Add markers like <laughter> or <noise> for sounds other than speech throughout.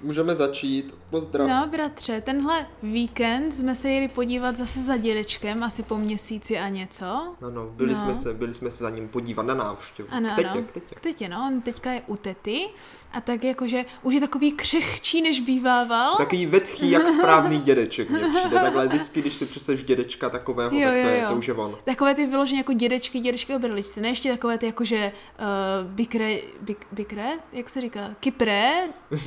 Můžeme začít. Pozdrav. No, bratře, tenhle víkend jsme se jeli podívat zase za dědečkem, asi po měsíci a něco. No, no, byli, No. Jsme se, byli jsme se za ním podívat na návštěvu. Ano, k tetě, ano. k tetě. K tetě, no, on teďka je u tety a tak jakože už je takový křehčí, než bývával. Takový vetchý, jak správný dědeček mě přijde. Takhle vždycky, když si přeseš dědečka takového, Jo, tak to, jo, je, jo. to už je on. Takové ty vyloženě jako dědečky, dědečky obrličce, ne ještě takové ty jakože uh, bikre, bik, bikre, jak se říká, kypré,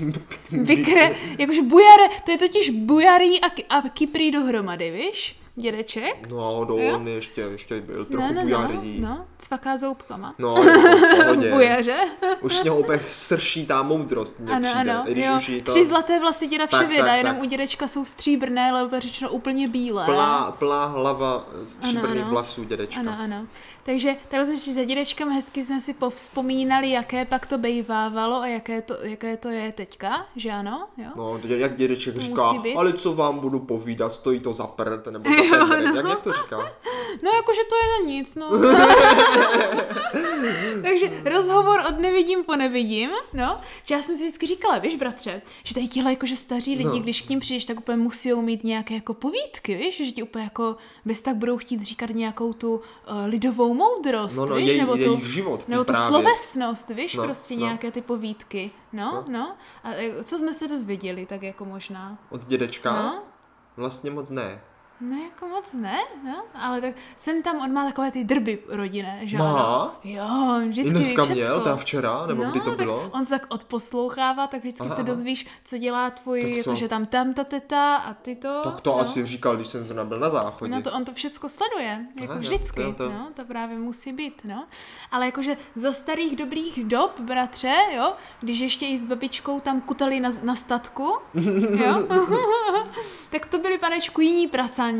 <laughs> bikre, jakože bujare, to je totiž bujarý a, ki- a kyprý dohromady, víš, dědeček. No, do Jo? on ještě, ještě byl trochu bujarý. No, no, cvaká zoubkama. <laughs> No, jo, v pohodě. Bujaře. Už z něho úplně srší ta moudrost mě Ano, přijde. ano, I když jo. už jí to Tři zlaté vlasy děda Tak, vševěda, tak, jenom tak. u dědečka jsou stříbrné, lépe řečeno úplně bílé. plá, plá hlava stříbrných ano. vlasů dědečka. Ano, ano. Takže takhle jsme si za dědečkem hezky jsme si povzpomínali, jaké pak to bejvávalo a jaké to, jaké to je teďka, že ano? Jo? No, dě- jak dědeček říká, musí být. ale co vám budu povídat, stojí to za prd, nebo <laughs> za pendrek, jak, jak to říká? No jakože to je na nic, no. <laughs> Takže rozhovor od nevidím po nevidím, no. Že já jsem si vždycky říkala, víš bratře, že tady tihle jakože staří lidi, No. no. když k ním přijdeš, tak úplně musí mít nějaké jako povídky, víš, že ti úplně jako bez tak budou chtít říkat nějakou tu uh, lidovou moudrost, No, no, víš, jej, nebo tu... jejich život Nebo tu právě. slovesnost, víš, No, no, prostě no. no. nějaké ty povídky. No, No. no. no. A e, co jsme se dozvěděli, tak jako možná. Od dědečka? No, Vlastně moc ne. no jako moc ne, no, ale tak jsem tam, on má takové ty drby rodinné, že Má? ano? Jo, I vždycky dneska ví měl, všecko. teda včera, nebo no, kdy to tak bylo? on se tak odposlouchává, tak vždycky Aha, se aha. dozvíš, co dělá tvůj, Tak co? jakože tam tam ta teta a ty to. Tak to no. asi říkal, když jsem zrovna byl na záchodě. No to on to všecko sleduje, jako jo, vždycky, to jo, to jo. no, to právě musí být, no. Ale jakože za starých dobrých dob, bratře, jo, když ještě i s babičkou tam kutali na, na statku, <laughs> jo, <laughs> tak to byli panečku jiní pracanti,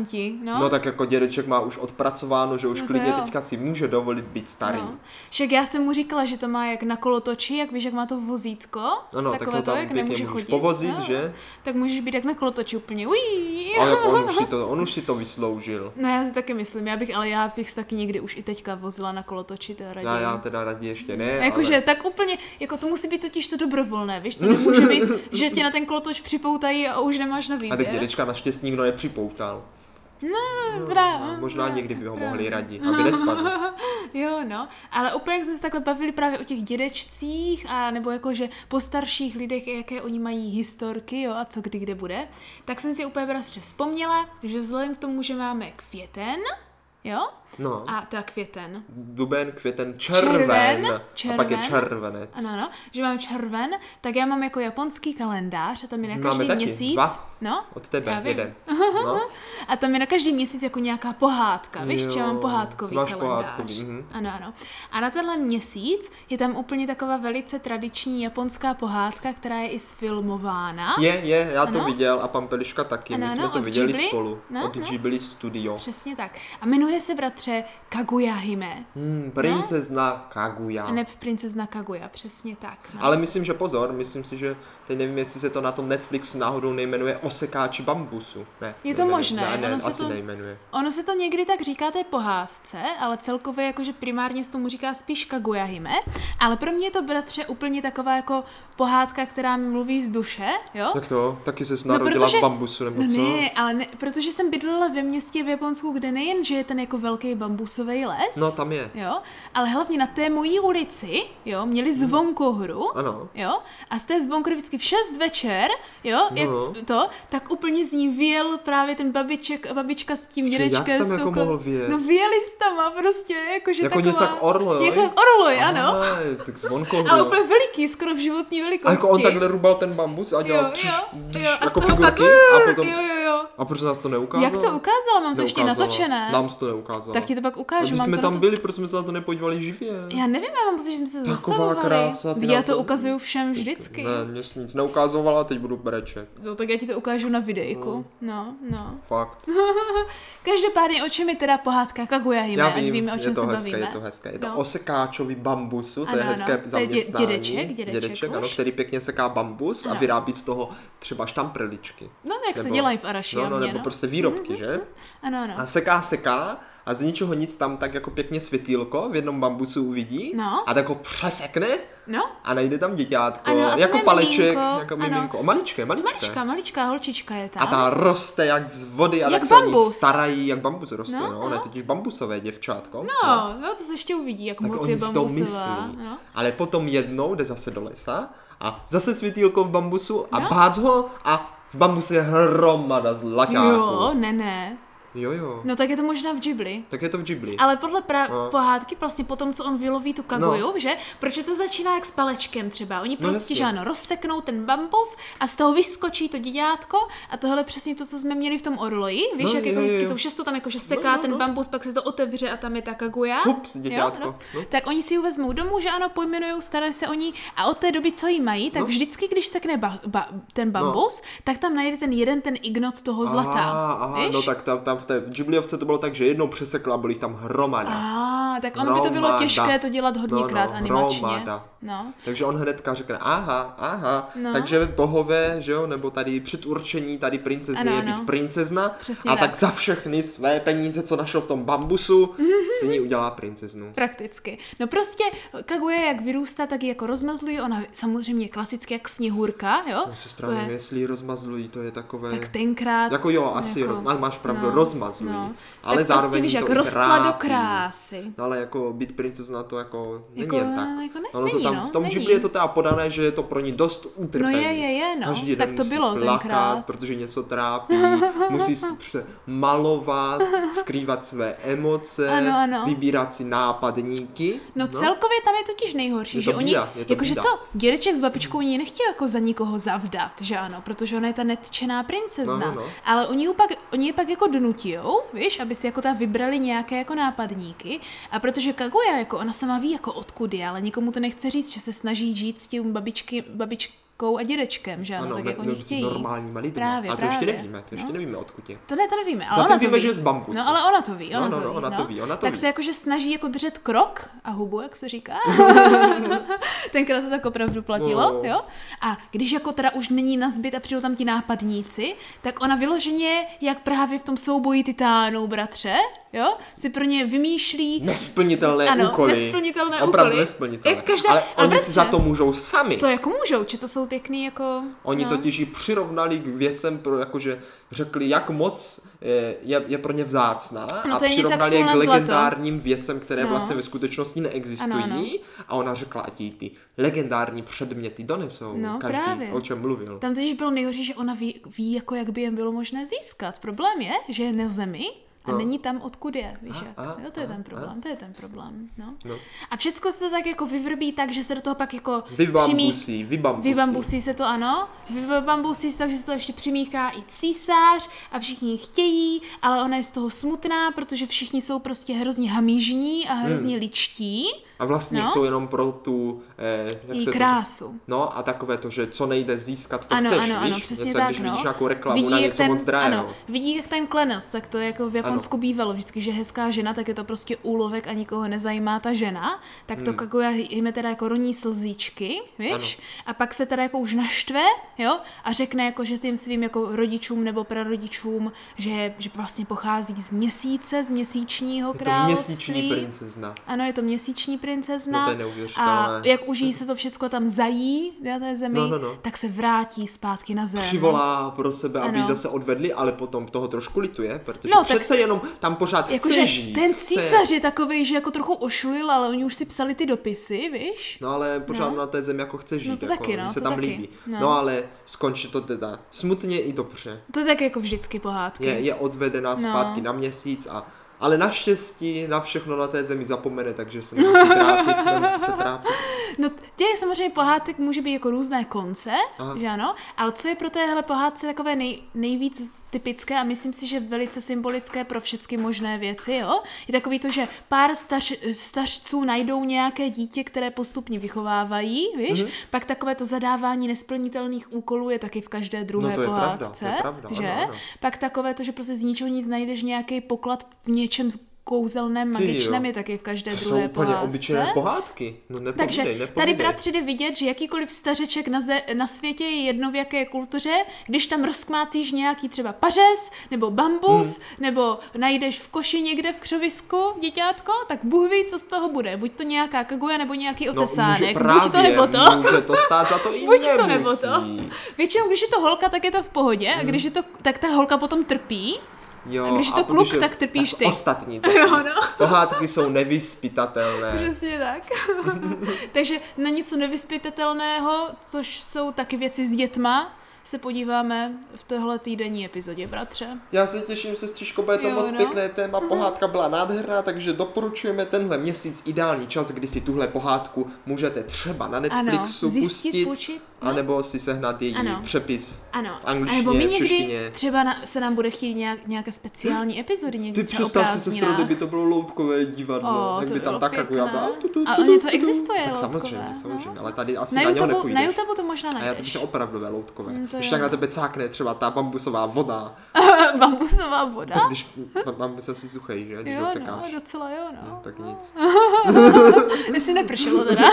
no. No tak jako dědeček má už odpracováno, že už No to klidně jo. teďka si může dovolit být starý. No. Však já jsem mu říkala, že to má jak na kolotoči, jak víš, jak má to vozítko, Ano, No, tak takové ho tam to, jak pěkně nemůže můžeš chodit. povozit, no. že? Tak můžeš být jak na kolotoči úplně, ují. Ale on už si to, on už si to vysloužil. <laughs> No já si taky myslím, já bych, ale já bych se taky někdy už i teďka vozila na kolotoči, teda raději. No, Já, já teda raději ještě ne, Jakože ale... tak úplně, jako to musí být totiž to dobrovolné, víš, to nemůže <laughs> být, že tě na ten kolotoč připoutají a už nemáš na A výběr. tak dědečka naštěstí nikdo nepřipoutal. No, Dobrá, A no, možná no. někdy by ho mohli radit, aby <laughs> nespadl. Jo, no, ale úplně jak jsme se takhle bavili právě o těch dědečcích a nebo jakože po starších lidech, jaké oni mají historky, jo, a co kdy kde bude, tak jsem si úplně prostě vzpomněla, že vzhledem k tomu, že máme květen, jo, No, a teda květen, duben, květen, červen. Červen, A pak je červen. červenec. Ano, no, že mám červen, tak já mám jako japonský kalendář a tam je na Máme každý taky, měsíc. dva. No, Od tebe, Já vím. <laughs> jeden. No, a tam je na každý měsíc jako nějaká pohádka, víš, že já mám Jo, ty pohádkový máš kalendář. pohádkový, mhm. Ano, ano. A na tenhle měsíc je tam úplně taková velice tradiční japonská pohádka, která je i sfilmována. je, je, já to Ano. viděl a pan Peliška taky, my Ano, jsme ano, to od viděli Ghibli. spolu. No, Od no. Ghibli Studio. Přesně tak. A jmenuje se bratře Kaguya Hime. Hmm, princezna Kaguya. A No. ne princezna Kaguya, přesně tak. No. Ale myslím, že pozor, myslím si, že teď nevím, jestli se to na tom Netflixu náhodou nejmenuje Osekáč bambusu. Ne, Je to nejmenuje. možné, Ne, ne ono se asi to- nejmenuje. Ono se to někdy tak říká té pohádce, ale celkově jakože primárně se tomu říká spíš Kaguya-hime, ale pro mě je to bratře úplně taková jako pohádka, která mi mluví z duše, jo? Tak to, taky se narodila v bambusu, nebo Oh. no co? Ne, ale ne, protože jsem bydlela ve městě v Japonsku, kde nejen, že je ten jako velký bambusový les, No, tam je. Hmm. jo, ale hlavně na té mojí ulici, jo, měli zvonkohru, Ano. jo, a z té zvonkohry vždycky v 6 večer, jo, jak No. to, tak úplně z ní vyjel právě ten babiček, babička s tím Či dědečkem. jak jsi tam s jako tou ko- mohl vyjet? No vyjeli s tama prostě, jakože Jako taková... něco jak orlo, jo? Jako jak orloj, ano. Aha, tak zvonkou. Ale úplně veliký, skoro v životní velikosti. A jako on takhle rubal ten bambus a Prostě. jo, dělal jo, tš, tš, jo, a jako z toho pak, figurky a potom... jo, jo, jo. A proč nás to neukázal? Jak to ukázala? Mám to ještě Neukázala. natočené. Nám to neukázala. Tak ti to a pak ukážu. když Mám jsme to tam nato- byli, proč jsme se na to nepodívali živě? Já nevím, já mám pocit, že jsme se Taková zastavovali. krása, ty Vždyť nám já to to- ukazuju všem vždycky. Ne, mě jsi nic neukázovala, teď budu brečet. No, tak já ti to ukážu na videjku. Hmm. No, no. Fakt. Každopádně, o čem je teda pohádka Kaguya Hime? Já ať vím, víme, o čem je to se hezké, bavíme. je to hezké. Je to No. osekáčový bambusu, to Ano, je ano, hezké to je dě- zaměstnání. dědeček, dědeček už. ano, který pěkně seká bambus a Ano. vyrábí z toho třeba štamprličky. No, jak se Nebo- dělají v Araši, no, oči a no, mě, nebo no. prostě výrobky, že? Ano, ano. A seká, seká a z ničeho nic tam tak jako pěkně světýlko v jednom bambusu uvidí No. a tak ho přesekne no? a najde tam děťátko, Ano, a to jako je paleček, miminko, jako ano. miminko. O maličké, maličké. Malička, maličká holčička je tam. A ta roste jak z vody a Jak tak se o ní bambus. starají, jak bambus roste, No, no, no. Ona je no. totiž bambusové děvčátko. No, no, to se ještě uvidí, jak Tak moc je oni s tou bambusová. myslí. No. Ale potom jednou jde zase do lesa a zase světýlko v bambusu a No. bác ho a v bambusu je hromada zlaťáků. Jo, ne, ne. jo. jo. No tak je to možná v Ghibli. Tak je to v Ghibli. Ale podle pra- No. pohádky, vlastně po tom, co on vyloví tu kaguju, že? Proč to začíná jak s palečkem třeba? Oni prostě, No, jasně. že ano, rozseknou ten bambus a z toho vyskočí to děťátko a tohle přesně to, co jsme měli v tom orloji, víš, No, jak jo, jako jo, vždycky jo. to šesto tam jakože seká no, no, no, ten no. bambus, pak se to otevře a tam je ta kaguja. Hups, děťátko, no. Tak oni si ji vezmou domů, že ano, pojmenují, starají se o ní a od té doby, co ji mají, tak No. vždycky, když sekne ba- ba- ten bambus, tak tam najde ten jeden ten ignot toho zlata. Aha, aha, jako víš? no tak tam, tam v té Ghibliovce to bylo tak, že jednou přesekla, byly jich tam hromada. A, tak ono by to bylo Hromada. těžké to dělat hodněkrát No, no, animačně. hromada. No. Takže on hnedka řekne, aha, aha, No. no. takže bohové, že jo, nebo tady předurčení tady princezny Ano, je ano. být princezna Přesně a tak. tak. za všechny své peníze, co našel v tom bambusu, si ní udělá <laughs> princeznu. Prakticky. No prostě Kaguya jak vyrůstá, tak ji jako rozmazlují, ona samozřejmě klasicky jak sněhurka, jo? No, sestra, nevím, jestli ji rozmazlují, to je takové... tak tenkrát... Jako jo, asi, jako- jako, roz, a máš pravdu, no, rozmazují. No. Ale tak zároveň prostě, víš, to jak i rostla do trápí. krásy. No ale jako být princezna to jako není Jako, jen tak. jako ne- ono není, to tam, no, v tom není. Ghibli je to teda podané, že je to pro ní dost utrpení. No je, je, je, no. Každý Tak den to musí bylo plakat, tenkrát. protože něco <laughs> trápí, musí si pře- malovat, skrývat své emoce, Ano, ano. vybírat si nápadníky. No, celkově tam je totiž nejhorší, Je že to oni, bída, je to jakože bída. co, dědeček s babičkou oni nechtějí jako za nikoho zavdat, že ano, protože ona je ta netčená princezna, No, no, no. ale oni, ju pak, oni je pak jako donutijou, víš, aby si jako ta vybrali nějaké jako nápadníky a protože Kaguya, jako ona sama ví jako odkud je, ale nikomu to nechce říct, že se snaží žít s tím babičky, babičkou a dědečkem, že ano, ano, tak me- jako no, oni s chtějí. normálníma lidmi. Právě, ale to ještě právě. nevíme, to ještě No. nevíme, odkud je. To ne, to nevíme, ale Zatím ona to víme, ví. že je z bambusu. No, ale ona to ví, No, ona no, to no, ví. ona to ví, ona to tak ví. se jakože snaží jako držet krok a hubu, jak <laughs> se říká. Tenkrát to tak opravdu platilo, No. jo? A když jako teda už není na zbyt a přijdou tam ti nápadníci, tak ona vyloženě, jak právě v tom souboji titánů, bratře, jo, si pro ně No. vymýšlí... Nesplnitelné Ano, úkoly. nesplnitelné Opravdu úkoly. nesplnitelné. Jak každá- Ale ale oni si za bratře, to můžou sami. To jako můžou, či to jsou pěkný jako... Oni no. totiž ji přirovnali k věcem, pro, jakože řekli, jak moc je, je, je pro ně vzácná No a to je něco jak přirovnali je k sůl na zlato. legendárním věcem, které No. vlastně ve skutečnosti neexistují. Ano, ano. A ona řekla, ať jí ty legendární předměty donesou. No, Každý, právě. o čem mluvil. Tam totiž bylo nejhorší, že ona ví, ví jako jak by je bylo možné získat. Problém je, že je na zemi a No. není tam, odkud je. Víš A, jak? a, jo, to je a, ten a. problém, to je ten problém. No. No. A všecko se to tak jako vyvrbí tak, že se do toho pak jako přimí- Vybambusí, vybambusí. Vybambusí se to, ano. Vybambusí se tak, že se to ještě přimíká i císař a všichni ji chtějí, ale ona je z toho smutná, protože všichni jsou prostě hrozně hamížní a Hmm. hrozně ličtí. A vlastně No. jsou jenom pro tu... Eh, jak Její se to krásu. No a takové to, že co nejde získat, to ano, chceš, ano, víš? ano, přesně Něco, tak, když no. vidíš nějakou reklamu na jak něco moc drahého. ano, vidí, jak ten klenos, tak to jako v Japonsku bývalo vždycky, že hezká žena, tak je to prostě úlovek a nikoho nezajímá ta žena, tak to hmm. Kaguya jim teda jako roní slzíčky, víš? A pak se teda jako už naštve, jo? A řekne jako, že těm svým jako rodičům nebo prarodičům, že, že vlastně pochází z měsíce, z měsíčního Je to království. měsíční princezna. Ano, je to měsíční princezna. No to je a neuvěřitelné. jak už jí se to všechno tam zají na té zemi, No, no, no. tak se vrátí zpátky na zem. přivolá pro sebe, aby Ano. ji zase odvedli, ale potom toho trošku lituje, protože No, no, tak- přece jenom tam pořád chce Jakože žít. ten chce- císař je takový, že jako trochu ošlil, ale oni už si psali ty dopisy, víš? No ale pořád No. no. na té zemi jako chce žít, to jako, taky, jí no, se to tam taky. líbí. No. No. ale skončí to teda smutně i dobře. To je tak jako vždycky pohádky. Je, je No. odvedená zpátky na měsíc a ale naštěstí na všechno na té zemi zapomene, takže se <laughs> nemusí trápit, nemusí se trápit. No těch samozřejmě pohádek může být jako různé konce, Aha. že ano, ale co je pro téhle pohádce takové nej, nejvíc typické a myslím si, že velice symbolické pro všechny možné věci, jo, je takový to, že pár stař, stařců najdou nějaké dítě, které postupně vychovávají, Mhm. víš, mm-hmm. pak takové to zadávání nesplnitelných úkolů je taky v každé druhé No, to je pravda, pohádce, to je pravda, že? ano, ano. Pak takové to, že prostě z ničeho nic najdeš nějaký poklad v něčem kouzelném Ty jo. magičném je taky v každé To jsou druhé úplně pohádce. obyčejné pohádky. No nepovídej, Takže tady nepovídej. bratři jde vidět, že jakýkoliv stařeček na, ze, na světě je jedno v jaké kultuře, když tam rozkmácíš nějaký třeba pařez, nebo bambus, hmm. nebo najdeš v koši někde v křovisku děťátko, tak Bůh ví, co z toho bude. Buď to nějaká kaguja, nebo nějaký otesánek. No, může, právě, Buď to nebo to. Může to stát za <laughs> to i Buď nemusí. to nebo to. Většinou, když je to holka, tak je to v pohodě, Hmm. a když je to, tak ta holka potom trpí. Jo, A když je to pokud kluk, je- tak trpíš ty. <laughs> Ostatní. Jo, no. Pohádky jsou nevyspytatelné. <laughs> Přesně tak. Takže na něco nevyspytatelného, což jsou taky věci s dětma, se podíváme v téhle týdenní epizodě, bratře. Já se těším, sestřičko, bude to Jo, moc no. pěkné téma, pohádka byla nádherná, takže doporučujeme tenhle měsíc ideální čas, kdy si tuhle pohádku můžete třeba na Ano, Netflixu zjistit, pustit, půjčit. No? anebo si sehnat její Ano. přepis. Ano, v angličtině, A nebo my v někdy češtině. třeba na, se nám bude chtít nějak, nějaké speciální epizody, někdy Ty třeba představ si, se sestro, kdyby to bylo loutkové divadlo, O, jak to by bylo tam tak jako já pěkné. byla. tu, tu, A tu, oni tu, to tu, tu. existuje, Tak loutkové, samozřejmě, no. samozřejmě, ale tady asi na, na, něho YouTube, na nepůjdeš. YouTube to možná A já to bych najdeš. měl opravdové loutkové. Mm, to Když jo. tak na tebe cákne třeba ta bambusová voda, <laughs> Bambusová voda? tak když ba- bambus asi suchej, že? Když No. Jo, ho no, sekáš. docela jo, no. Tak nic. Jestli <laughs> nepršelo teda.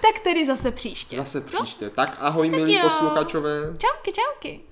tak tedy zase příště. Zase příště. Tak ahoj, milí jo. posluchačové. Čauky, čauky.